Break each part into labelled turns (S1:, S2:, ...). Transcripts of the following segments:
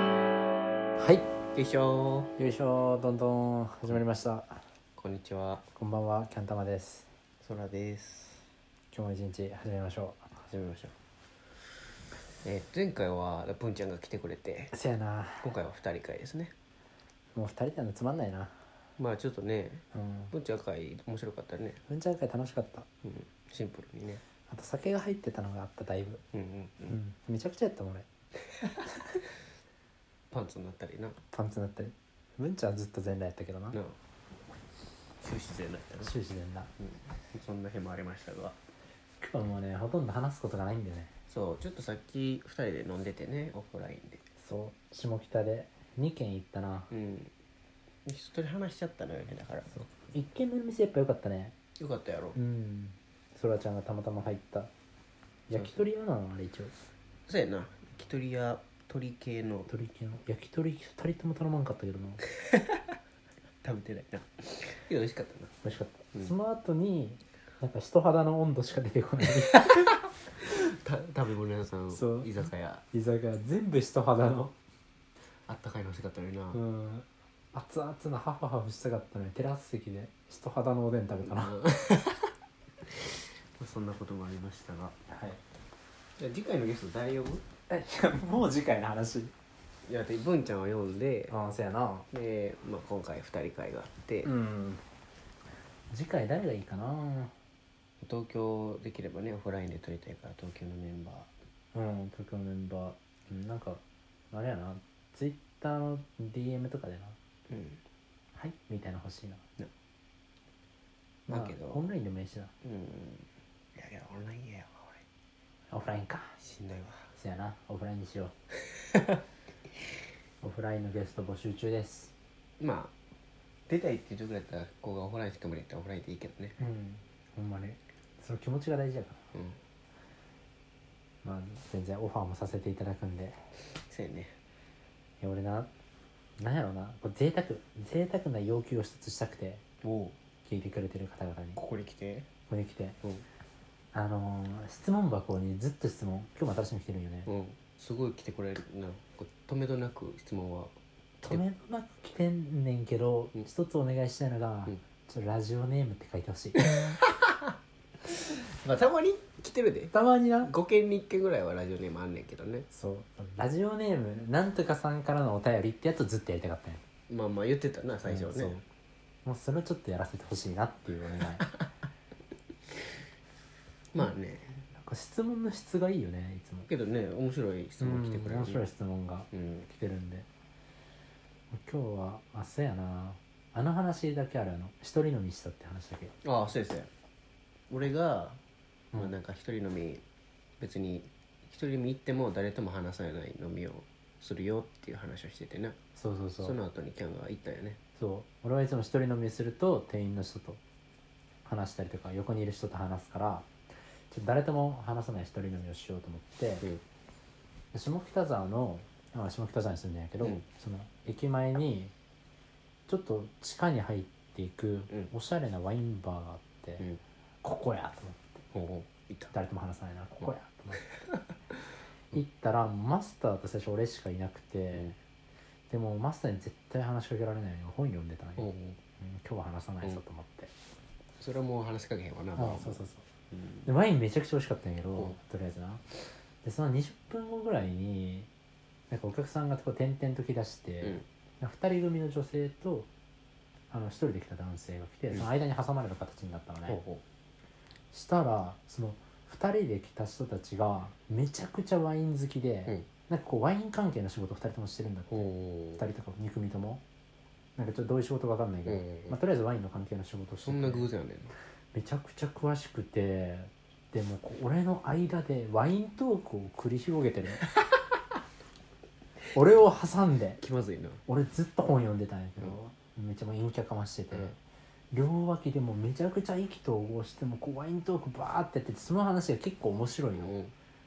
S1: はい、
S2: でしょ
S1: よいしょ、どんどん始まりました。
S2: こんにちは、
S1: こんばんは、キャンタマです。
S2: そらです。
S1: 今日も一日始めましょ
S2: 始めましょう。えー前回はプンちゃんが来てくれて、
S1: う。せやな、
S2: 今回は二人会ですね。
S1: もう二人なのつまんないな。
S2: まあちょっとね、
S1: うん。
S2: プンちゃん会面白かったね。
S1: 文ちゃん会楽しかった。
S2: うん、シンプルにね。
S1: あと酒が入ってたのがあった、だいぶ。
S2: うんうん
S1: う
S2: うん。
S1: ん。めちゃくちゃやったもん、俺。
S2: パンツになったりな。
S1: パンツになったり。文ちゃんはずっと全裸やったけどな。
S2: なあ。終始になったな。
S1: 終始全裸。
S2: うん。そんな日もありましたが。
S1: 今日もうね、ほとんど話すことがないんだよね。
S2: そう、ちょっとさっき二人で飲んでてね、オフラインで。
S1: そう、下北で2軒行ったな。
S2: うん。一人話しちゃったのよね、だから。
S1: そう。1軒目の店やっぱ良かったね。
S2: よかったやろ
S1: う。ん。そらちゃんがたまたま入った。焼き鳥屋なのあれ一応。
S2: そうやな焼き鳥屋鳥系の
S1: 鳥系の焼き鳥2人とも頼まんかったけどな美
S2: 食べてないなけど美味しかったな
S1: 味しかった、
S2: うん
S1: その後になんか人肌の温度しか出てこ ない
S2: 食べ物屋さん
S1: そう
S2: 居酒屋
S1: 居酒屋全部人肌の、
S2: あったかいの欲しかったのにな、
S1: うん、熱々なハフハフしたかったのにテラス席で人肌のおでん食べたな、
S2: うんそんな こともありましたが
S1: はい
S2: じゃあ次回のゲスト誰呼ぶ
S1: えいやもう次回の話
S2: いやで文ちゃんを呼んで
S1: ああそやな
S2: で、まあ、今回2人会があって、
S1: うん次回誰がいいかな
S2: 東京できればねオフラインで撮りたいから東京のメンバー
S1: うん東京メンバーうんなんかあれやなツイッターの DM とかでな
S2: うん
S1: はいみたいなの欲しいな
S2: な
S1: まあ
S2: だけど
S1: オンラインでもいいしな
S2: うんいやいやオンラインやよ
S1: オフラインか
S2: 俺しんどいわ
S1: そやなオフラインに しようオフラインのゲスト募集中です
S2: まあ出たいっていうとこだったらここがオフラインしか無理やったらオフラインでいいけどね
S1: うんほんまにその気持ちが大事やか
S2: うん
S1: らまあ全然オファーもさせていただくんでい
S2: そうやね
S1: や俺ななんやろうなこれ贅沢贅沢な要求を一つしたくて
S2: おう
S1: 聞いてくれてる方々にこ
S2: ここに来て
S1: こに来て
S2: うん、
S1: あのー質問箱にずっと質問今日も新しいの来てるんよね
S2: うん、すごい来てこれるなこう止めどなく質問は
S1: 止めなく来てんねんけど
S2: うん
S1: 一つお願いしたいのが
S2: うん
S1: ちょっとラジオネームって書いてほしい
S2: まあたまに来てるで
S1: たまにな
S2: 5件に1件ぐらいはラジオネームあんねんけどね
S1: そうラジオネームなんとかさんからのお便りってやつをずっとやりたかったんや
S2: まあまあ言ってたな最初は
S1: うんそう
S2: ね、
S1: もうそれをちょっとやらせてほしいなっていうお願い なんか
S2: まあね
S1: 質問の質がいいよねいつも
S2: けどね面白い質問来てくれ
S1: うん
S2: る
S1: 面白い
S2: ね
S1: 質問が
S2: うん
S1: 来てるんで今日はあそうやなあの話だけあるあの一人飲みしたって話だけ
S2: ああそうですね俺が、
S1: うん
S2: まあなんか一人飲み別に一人飲み行っても誰とも話さない飲みをするよっていう話をしててな
S1: そうそうそ
S2: そうの後にキャンが行ったよね
S1: そう俺はいつも一人飲みすると店員の人と話したりとか横にいる人と話すからちょっと誰とも話さない一人飲みをしようと思って、
S2: うん
S1: 下北沢のあ下北沢に住んでんやけど、
S2: うん
S1: その駅前にちょっと地下に入っていく
S2: うん
S1: おしゃれなワインバーがあって、
S2: うん
S1: ここやと思って
S2: ほうほう行った
S1: 誰とも話さないなここやと思って、 行ったらマスターと最初俺しかいなくて、
S2: ん
S1: でもマスターに絶対話しかけられないように本読んでたのよ、
S2: ほうほう
S1: うん今日は話さないぞと思って、
S2: それはもう話しかけへんわな
S1: あそうそうそう
S2: うん
S1: でワインめちゃくちゃ美味しかったんやけど、
S2: うん
S1: とりあえずなでその20分後ぐらいになんかお客さんがこう点々と来だして、
S2: うん
S1: 2人組の女性とあの1人で来た男性が来て
S2: うん
S1: その間に挟まれる形になったのね、
S2: ほうほ
S1: したらその2人で来た人たちがめちゃくちゃワイン好きで、
S2: うん
S1: なんかこうワイン関係の仕事2人ともしてるんだって
S2: うほう
S1: 2人とか2組ともなんかちょっとどういう仕事か分かんないけど、
S2: うん
S1: まあ、とりあえずワインの関係の仕事をしてて
S2: そんな偶然やねん
S1: めちゃくちゃ詳しくてでもこう俺の間でワイントークを繰り広げてる俺を挟んで
S2: 気まずいな
S1: 俺ずっと本読んでたんやけど、めっちゃもう陰キャかましてて、
S2: うん
S1: 両脇でもうめちゃくちゃ意気投合してもうこうワイントークバーってやっててその話が結構面白いの、
S2: うん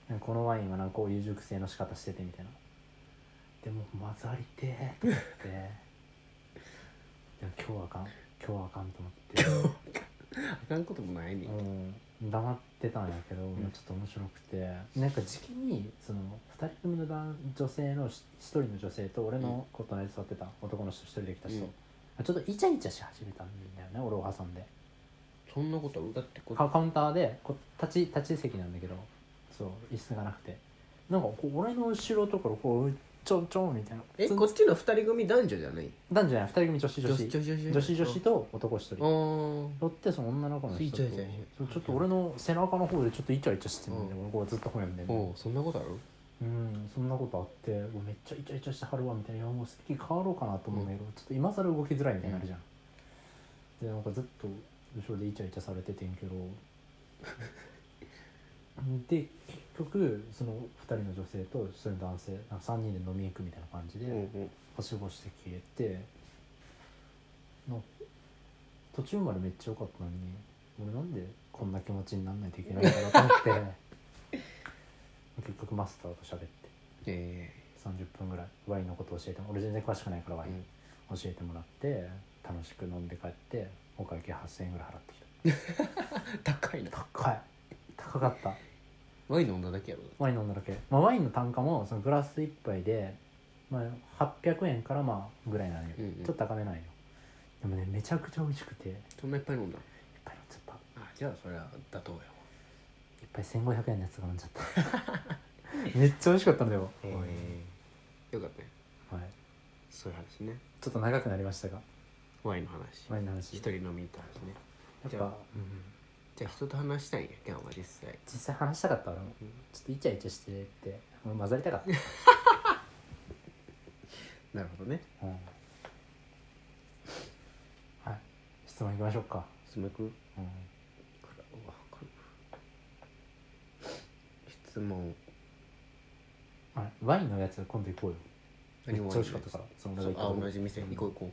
S1: なんかこのワインはなんかこういう熟成の仕方しててみたいなでも混ざりてえと思ってでも今日はあかん今日はあかんと思って
S2: あかんこともないねん
S1: うん、黙ってたんやけど、
S2: ん
S1: ちょっと面白くてなんか時期にその2人組の男女性の1人の女性と俺のこう隣に座ってた男の人1人で来た人、
S2: うん
S1: ちょっとイチャイチャし始めたんだよね俺を挟んで
S2: そんなことあるだってこ
S1: カカウンターでこ立ち立ち席なんだけどそう椅子がなくてなんかこう俺の後ろとかをこうちょんちょんみたいな
S2: え
S1: つん
S2: こっちの二人組男女じゃない
S1: 男女じゃない2人組女子女子
S2: 女子
S1: 女子女子と男1人
S2: あー
S1: 乗ってその女の子の人と
S2: イチャイチャして
S1: そうちょっと俺の背中の方でちょっとイチャイチャしてるんで、俺こうずっと本読んでんの
S2: おうそんなことある
S1: うんそんなことあってうわめっちゃイチャイチャしてはるわみたいなもう席変わろうかなと思うんだけど、ちょっと今更動きづらいみたいになるじゃん、でなんかずっと後ろでイチャイチャされててん けどで結局その2人の女性と1人の男性なんか3人で飲み行くみたいな感じで、
S2: うん
S1: はしごして消えての途中までめっちゃ良かったのに俺なんでこんな気持ちにならないといけないんだろうと思って結局マスターと喋って
S2: え
S1: 30分ぐらいワインのこと教えても俺全然詳しくないからワイ
S2: ー
S1: ン教えてもらって楽しく飲んで帰ってお会計8000円ぐらい払ってき
S2: 高いな
S1: た高い高かった
S2: ワイン飲んだだけやろ
S1: ワイン飲んだだけ、まあ、ワインの単価もそのグラス1杯で、まあ、800円からまあぐらいなのよ、
S2: うんうん
S1: ちょっと高めないよでもねめちゃくちゃ美味しくていっ
S2: そんないっぱい飲んだ
S1: ぱい飲んじゃった
S2: あじゃあそれは妥当やわ
S1: いっぱい1500円のやつが飲んじゃ っためっちゃ美味しかったのでも、はい
S2: よかったねそういう話ね
S1: ちょっと長くなりましたが
S2: ワインの話
S1: ワインの
S2: 一
S1: 話
S2: 人飲み行った話ね
S1: や
S2: じ
S1: っ
S2: ゃあ
S1: ぱ、うん、
S2: じゃあ人と話したいんや今日は実際
S1: 実際話したかった俺もちょっとイチャイチャしてって俺混ざりたかった、
S2: なるほどね
S1: うんはい質問いきましょうか、
S2: スムク
S1: うん、
S2: からうわこれ質問
S1: あれワインのやつ今度行こうよめっちゃ美味しかったからその
S2: そうあ同じ店
S1: うん
S2: 行こう行こ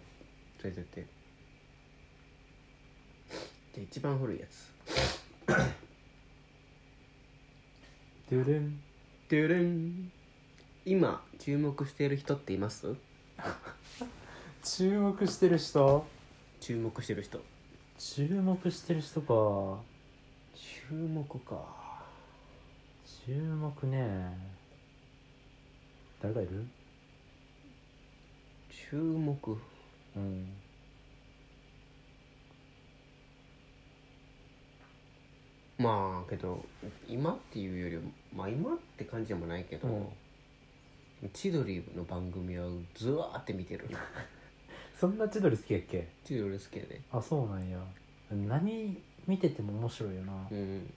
S2: う連れてってじゃあ一番古いやつ
S1: ドゥルン
S2: ドゥルン今注目している人っています
S1: 注目してる人
S2: 注目してる人
S1: 注目してる人か
S2: 注目か
S1: 注目ね誰がいる
S2: 注目
S1: うん
S2: まあけど今っていうよりもまあ今って感じでもないけど、千鳥の番組はずわーって見てるな
S1: そんな千鳥好きやっけ
S2: 千鳥好きやで
S1: あそうなんや何見てても面白いよな、
S2: うん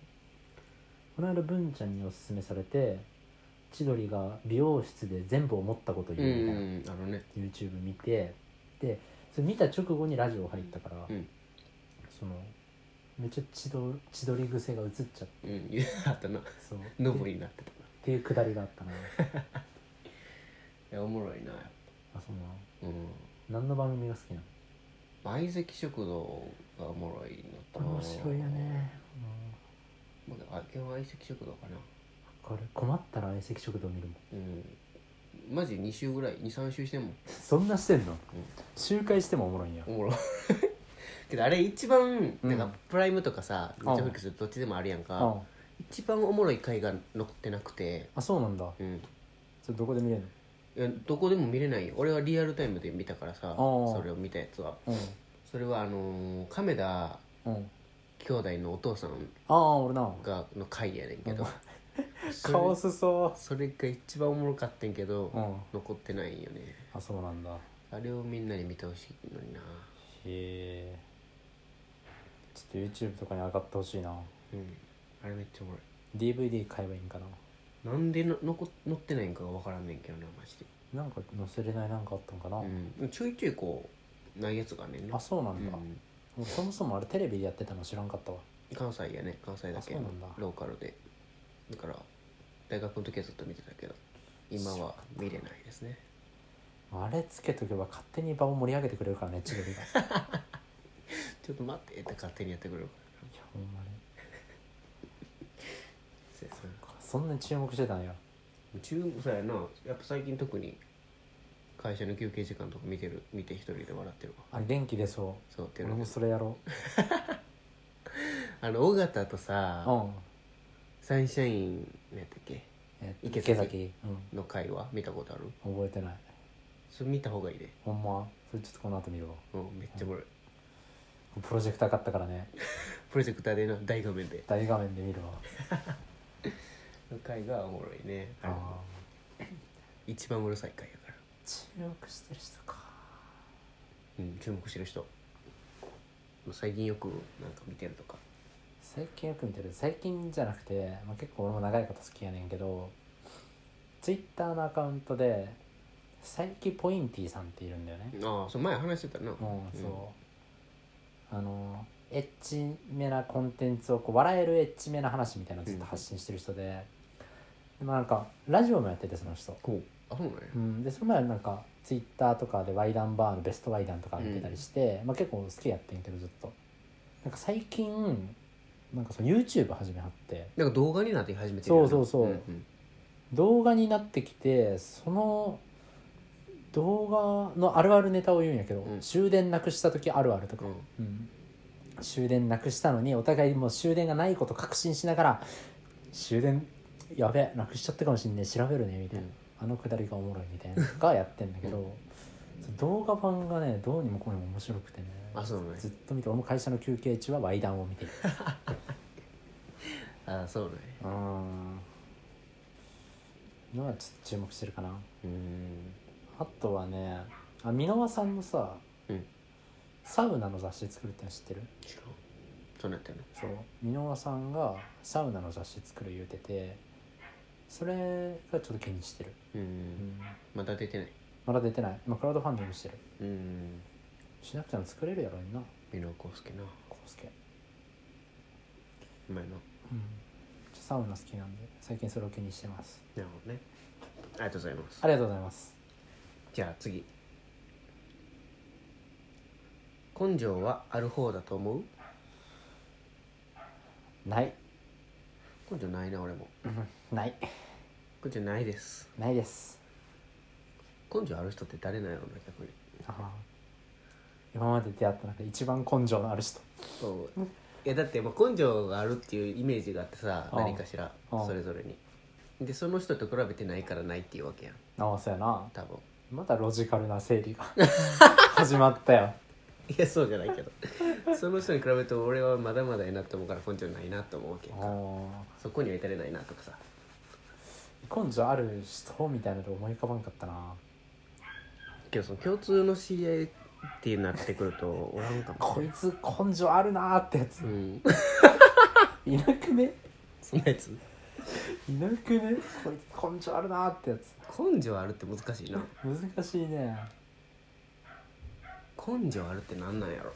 S1: この間文ちゃんにおすすめされて千鳥が美容室で全部思ったこと
S2: う
S1: 言うみたいな、
S2: んあのね
S1: YouTube 見てでそれ見た直後にラジオ入ったから、
S2: うん
S1: そのめっちゃ千鳥千鳥癖が映っちゃって
S2: うん言うあったな
S1: そう
S2: ノブになってたな
S1: っていうくだりがあったな あ
S2: いやおもろいな
S1: そうなの
S2: うん
S1: 何の番組が好きな
S2: 相席食堂がおもろいのと
S1: の面白いよね、
S2: まだあ今日は相席食堂かな
S1: うん、これ困ったら相席食堂見るもん
S2: うんマジ2週ぐらい23週してんもん
S1: そんなしてんの、周回してもおもろいんや
S2: おもろいけどあれ一番
S1: うん
S2: なんかプライムとかさ、
S1: ん
S2: ネットフリックスどっちでもあるやんか、
S1: あ
S2: 一番おもろい回が残ってなくて
S1: あそうなんだ
S2: うん
S1: それどこで見れる
S2: いやどこでも見れないよ俺はリアルタイムで見たからさ
S1: おう
S2: それを見たやつは
S1: の
S2: それはあのー亀田
S1: うんうん
S2: 兄弟のお父さん
S1: ああ俺な
S2: がの回やねんけどそれ
S1: 顔すそ
S2: それが一番おもろかってんけど、
S1: ううん
S2: 残ってないんよね
S1: あそうなんだへ
S2: あれをみんなに見てほしいのにな
S1: えちょっと YouTube とかに上がってほしいな
S2: うんあれめっちゃおもろい
S1: DVD 買えばいいんかな
S2: なんでの残乗ってないんかが分からんねんけどなマジで、
S1: なんか載せれないなんかあったんかな、
S2: うん、ちょいちょいこうないやつがあんねんな
S1: あそうなんだ、
S2: う
S1: もう
S2: ん
S1: そもそもあれテレビでやってたの知らんかったわ
S2: 関西やね関西だけ
S1: あそうなんだ
S2: ローカルでだから大学の時はずっと見てたけど今は見れないですね
S1: あれつけとけば勝手に場を盛り上げてくれるからね千 鳥がいや
S2: ちょっと待ってって勝手にやってくれるか
S1: ほんまに
S2: らな
S1: そんなに注目してたんや
S2: 中国さやなやっぱ最近特に会社の休憩時間とか見てる見て一人で笑ってるわ
S1: あ元気でそ
S2: そうっ
S1: う
S2: ていう
S1: 俺
S2: の
S1: もそれやろ
S2: あの尾形とさ、
S1: うん
S2: サンシャイン何やったっけ
S1: え
S2: 池
S3: 池
S2: 崎
S3: 崎
S1: う
S2: の会話見たことある
S1: ん覚えてない
S2: それ見た方がいいで、
S1: ほんまそれちょっとこの後見るわ
S2: うん、めっちゃおもろい
S1: プロジェクター買ったからね
S2: プロジェクターでな大画面で
S1: 大画面で見る わ
S2: の会がおもろいねあれ
S1: あ
S2: 一番うるさい回やから
S1: 注目してる人か
S2: うん注目してる人もう最近よくなんか見てるとか
S1: 最近よく見てる最近じゃなくて、まあ、結構俺も長いこと好きやねんけどツイッターのアカウントで佐伯ポインティさんっているんだよね
S2: ああそう前話してたな
S1: うんそう、あのエッチめなコンテンツをこう笑えるエッチめな話みたいなのをずっと発信してる人で、でまあなんかラジオもやっててその人、
S2: こうあそうなんや
S1: うん、でその前はなんかツイッターとかでワイダンバーのベストワイダンとか見てたりして、まあ、結構好きやってんけどずっとなんか最近なんかその YouTube 始めはって
S2: なんか動画になって始めてるよな
S1: そうそうそうん
S2: ん
S1: 動画になってきてその動画のあるあるネタを言うんやけど、
S2: うん
S1: 終電なくした時あるあるとか、
S2: うん
S1: うん終電なくしたのにお互いもう終電がないこと確信しながら終電やべえなくしちゃったかもしんねえ調べるねみたいな、あのくだりがおもろいみたいなのがやってんだけど、その動画版がねどうにもこうにも面白くてね
S2: あそうなんや
S1: ずっと見て俺も会社の休憩中はワイダンを見ている
S2: ああそうなんや
S1: うんのはちょっと注目してるかな
S2: うーん
S1: あとはねあ箕輪さんのさ、
S2: うん
S1: サウナの雑誌作るっての知ってる
S2: 知らんそうなったよな
S1: そう箕輪さんがサウナの雑誌作る言うててそれがちょっと気にしてる、
S2: う
S1: うんん、
S2: まだ出てない
S1: まだ出てない今クラウドファンディングしてる
S2: うん
S1: しなくても作れるやろにな
S2: 美濃康介な
S1: コウスケ
S2: うまいな
S1: うんちょサウナ好きなんで最近それを気にしてます
S2: なるほどねありがとうございます
S1: ありがとうございます
S2: じゃあ次根性はある方だと思う
S1: ない
S2: 根性ないな俺も
S1: ない
S2: 根性ないです
S1: ないです
S2: 根性ある人って誰なんやろな逆に
S1: あは今まで出会った中で一番根性のある人
S2: そういやだってまあ根性があるっていうイメージがあってさ
S1: うん
S2: 何かしら
S1: うん
S2: それぞれにでその人と比べてないからないっていうわけやん
S1: ああそうやな
S2: 多分
S1: またロジカルな整 理が始まったよ
S2: いやそうじゃないけ どその人に比べると俺はまだまだやなと思うから根性ないなと思うわけやんか
S1: お
S2: そこには至れないなとかさ
S1: 根性ある人みたいなので思い浮かばんかったな
S2: けどその共通の知り合いってなってくるとおらんかもし
S1: こ
S2: れ
S1: い
S2: ん
S1: つ根性あるなーってやつ
S2: うん
S1: いなくね
S2: そんなやつ
S1: いなくねこいつ根性あるなーってやつ
S2: 根性あるって難しいな
S1: 難しいね
S2: 根性あるってなんなんやろ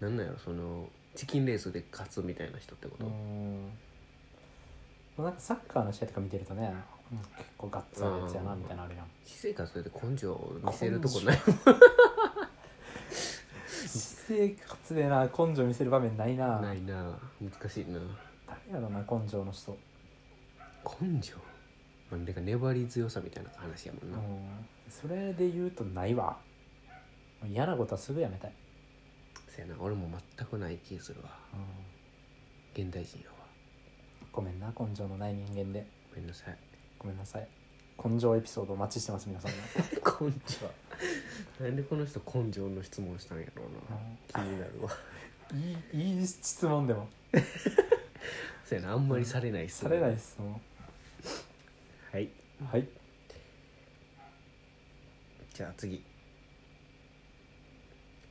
S2: なんなんやろそのチキンレースで勝つみたいな人ってこ
S1: う
S2: と、
S1: んもうなんかサッカーの試合とか見てるとねうん結構ガッツあるやつやなみたいなのあるやん
S2: 私生活で根性を見せるとこない
S1: 私生活でな根性見せる場面ないな
S2: ないな難しいな
S1: 誰やろな根性の人
S2: 根性まあなんか粘り強さみたいな話やも
S1: う
S2: んな、
S1: んそれで言うとないわもう嫌なことはすぐやめたい
S2: そやな俺も全くない気するわ
S1: うん
S2: 現代人やわ
S1: ごめんな根性のない人間で
S2: ごめんなさい
S1: ごめんなさい根性エピソードお待ちしてます皆さんの
S2: 根性なんでこの人根性の質問したんやろうな、気になるわ
S1: いいいい質問でも
S2: そやなあんまりされない質
S1: さ
S2: 問
S1: れない質問
S2: はい
S1: はい
S2: じゃあ次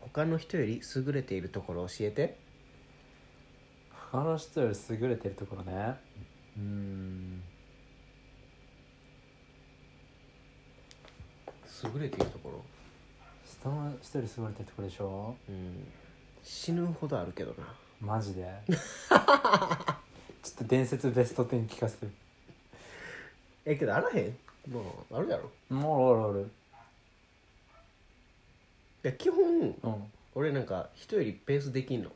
S2: 他の人より優れているところ教えて
S1: 他の人より優れてるところねうーん
S2: 優れているところ
S1: 人の人より優れてるところでしょ
S2: うん死ぬほどあるけどな
S1: マジ でちょっと伝説ベスト10聞かせて
S2: えけどあらへんまああるやろ
S1: もうおる
S2: いや基本
S1: おるうん
S2: 俺なんか人よりペースできんの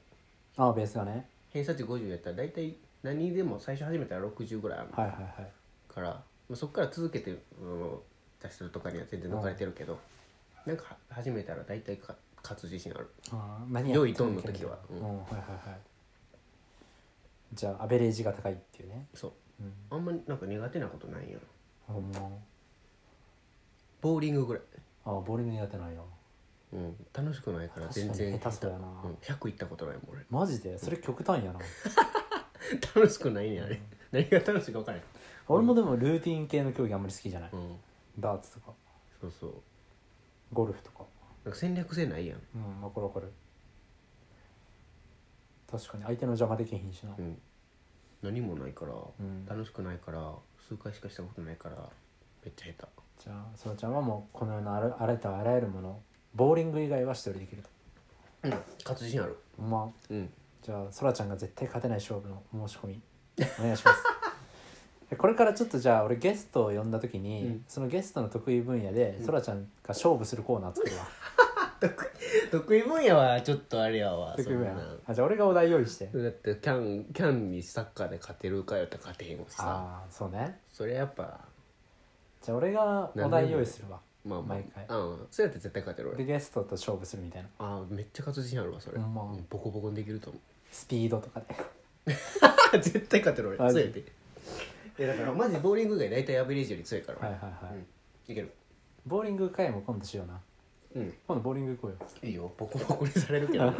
S1: ああベースがね
S2: 偏差値50やったら大体何でも最初始めたら60ぐらいある
S1: はいはいはい
S2: から、まあ、そっから続けてうん出してるとかには全然抜かれてるけど、なんかは始めたら大体か勝つ自信ある
S1: ああ何
S2: 良
S1: や
S2: い
S1: って
S2: ド
S1: も
S2: ン
S1: い
S2: の
S1: ける
S2: 時は
S1: う、
S2: うんん
S1: はいはいはいじゃあアベレージが高いっていうね、
S2: そう
S1: うん、
S2: あんまりなんか苦手なことないよ
S1: ほんま
S2: ボーリングぐらい、
S1: あボーリング苦手なんや
S2: うん、楽しくないから
S1: 確
S2: 全
S1: か
S2: 然
S1: に下手そうやな、
S2: うん、100行ったことないもん俺
S1: マジでそれ極端やな
S2: 楽しくないねあれ何が楽しいか分からへん、
S1: 俺もでもルーティン系の競技あんまり好きじゃない、
S2: うん、
S1: ダーツとか
S2: そうそう
S1: ゴルフとか
S2: なんか戦略性ないやん、
S1: うんわかるわかる確かに相手の邪魔できへんしな
S2: うん、何もないから、
S1: うん
S2: 楽しくないから数回しかしたことないからめっちゃ下
S1: じゃあそうちゃんはもうこの世のあらあらゆるあらゆるものボーリング以外は一人できると
S2: 手うん勝つ自信ある
S1: ほんま
S2: うん
S1: じゃあそらちゃんが絶対勝てない勝負の申し込みお願いし ますでこれからちょっとじゃあ俺ゲストを呼んだ時に、
S2: うん
S1: そのゲストの得意分野でそらちゃんが勝負するコーナー作る わ、
S2: 得意分野はちょっとあれやわ
S1: 得意分
S2: そ
S1: 野
S2: んな
S1: あじゃあ俺がお題用意して
S2: だってキャンキャンにサッカーで勝てるかよって勝てへんわしさ
S1: ああそうね
S2: それやっぱ
S1: じゃあ俺がお題用意するわ
S2: まあまあ
S1: 毎回
S2: うんそうやって絶対勝てる
S1: で
S2: 俺
S1: ゲストと勝負するみたいな
S2: あーめっちゃ勝つ自信あるわそれ、
S1: ほんま
S2: うんボコボコにできると思う
S1: スピードとかで
S2: 絶対勝てる俺
S1: マジ
S2: そうやっていやだからマジボーリング以外大体アベレージより強いから、
S1: はいはいはい、
S2: うん、いける
S1: ボーリング会も今度しような
S2: うん
S1: 今度ボーリング行こうよ
S2: いいよボコボコにされるけ ど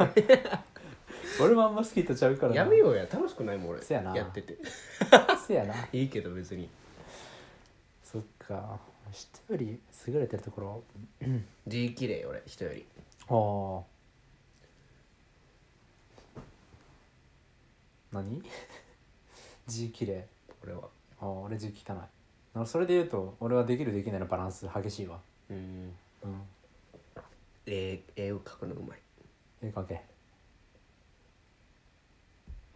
S1: 俺もあんま好きとちゃうからな
S2: やめようや楽しくないもん俺
S1: せやな
S2: やってて
S1: せやない
S2: いけど別に
S1: そっか人より優れてるところ
S2: 字綺麗俺人より
S1: ああ何 字綺麗
S2: 俺は
S1: ああ俺字汚いあそれで言うと俺はできるできないのバランス激しいわ
S2: うん
S1: うん
S2: 絵絵を描くのうまい
S1: ええ関係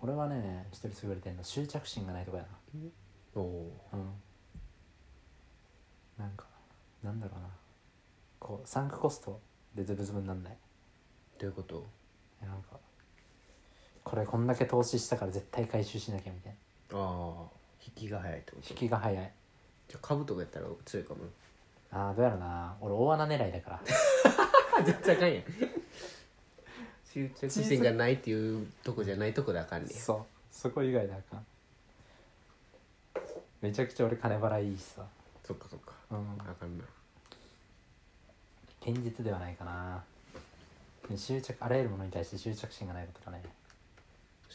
S1: 俺はね一人優れてるの執着心がないとこや
S2: おお
S1: なうんなんかなんだろうなこうサンクコストでズブズブになんない
S2: どういうこと
S1: えなんかこれこんだけ投資したから絶対回収しなきゃみたいな
S2: ああ引きが早いってこと
S1: 引きが早い
S2: じゃあ株とかやったら強いかも
S1: ああどうやろな俺大穴狙いだから
S2: あ絶対あかんやん 集中心がないっていうとこじゃないとこであかんね ん
S1: そうそこ以外であかんめちゃくちゃ俺金払いいいしさ
S2: そっかそっか
S1: うん
S2: あかんな
S1: 堅実ではないかな執着あらゆるものに対して執着心がないことだね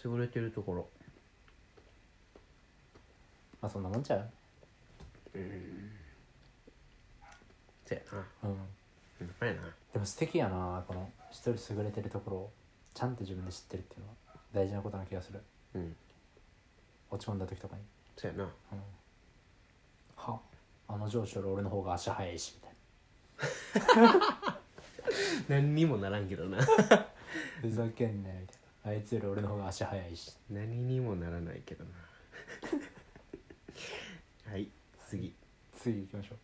S2: 優れてるところ
S1: まあそんなもんちゃう
S2: せやな
S1: うん
S2: うんまやな
S1: でも素敵やなこの一人優れてるところをちゃんと自分で知ってるっていうのは大事なことな気がする
S2: うん
S1: 落ち込んだ時とかに
S2: せやな
S1: うんはあの上司より俺の方が足早いしみたい
S2: 何にもならんけどな
S1: なふざけんなよみたいなあいつより俺の方が足早いし
S2: 何にもならないけどな はい次
S1: 次行きましょう